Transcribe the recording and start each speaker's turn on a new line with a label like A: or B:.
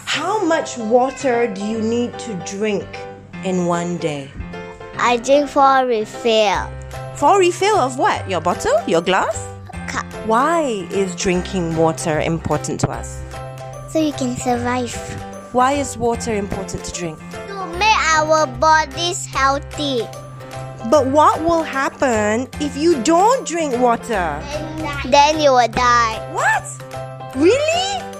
A: How much water do you need to drink in one day?
B: I drink for refill.
A: For refill of what? Your bottle? Your glass?
B: Cup.
A: Why is drinking water important to us?
B: So you can survive.
A: Why is water important to drink?
B: To make our bodies healthy.
A: But what will happen if you don't drink water?
B: Then you will die.
A: What? Really?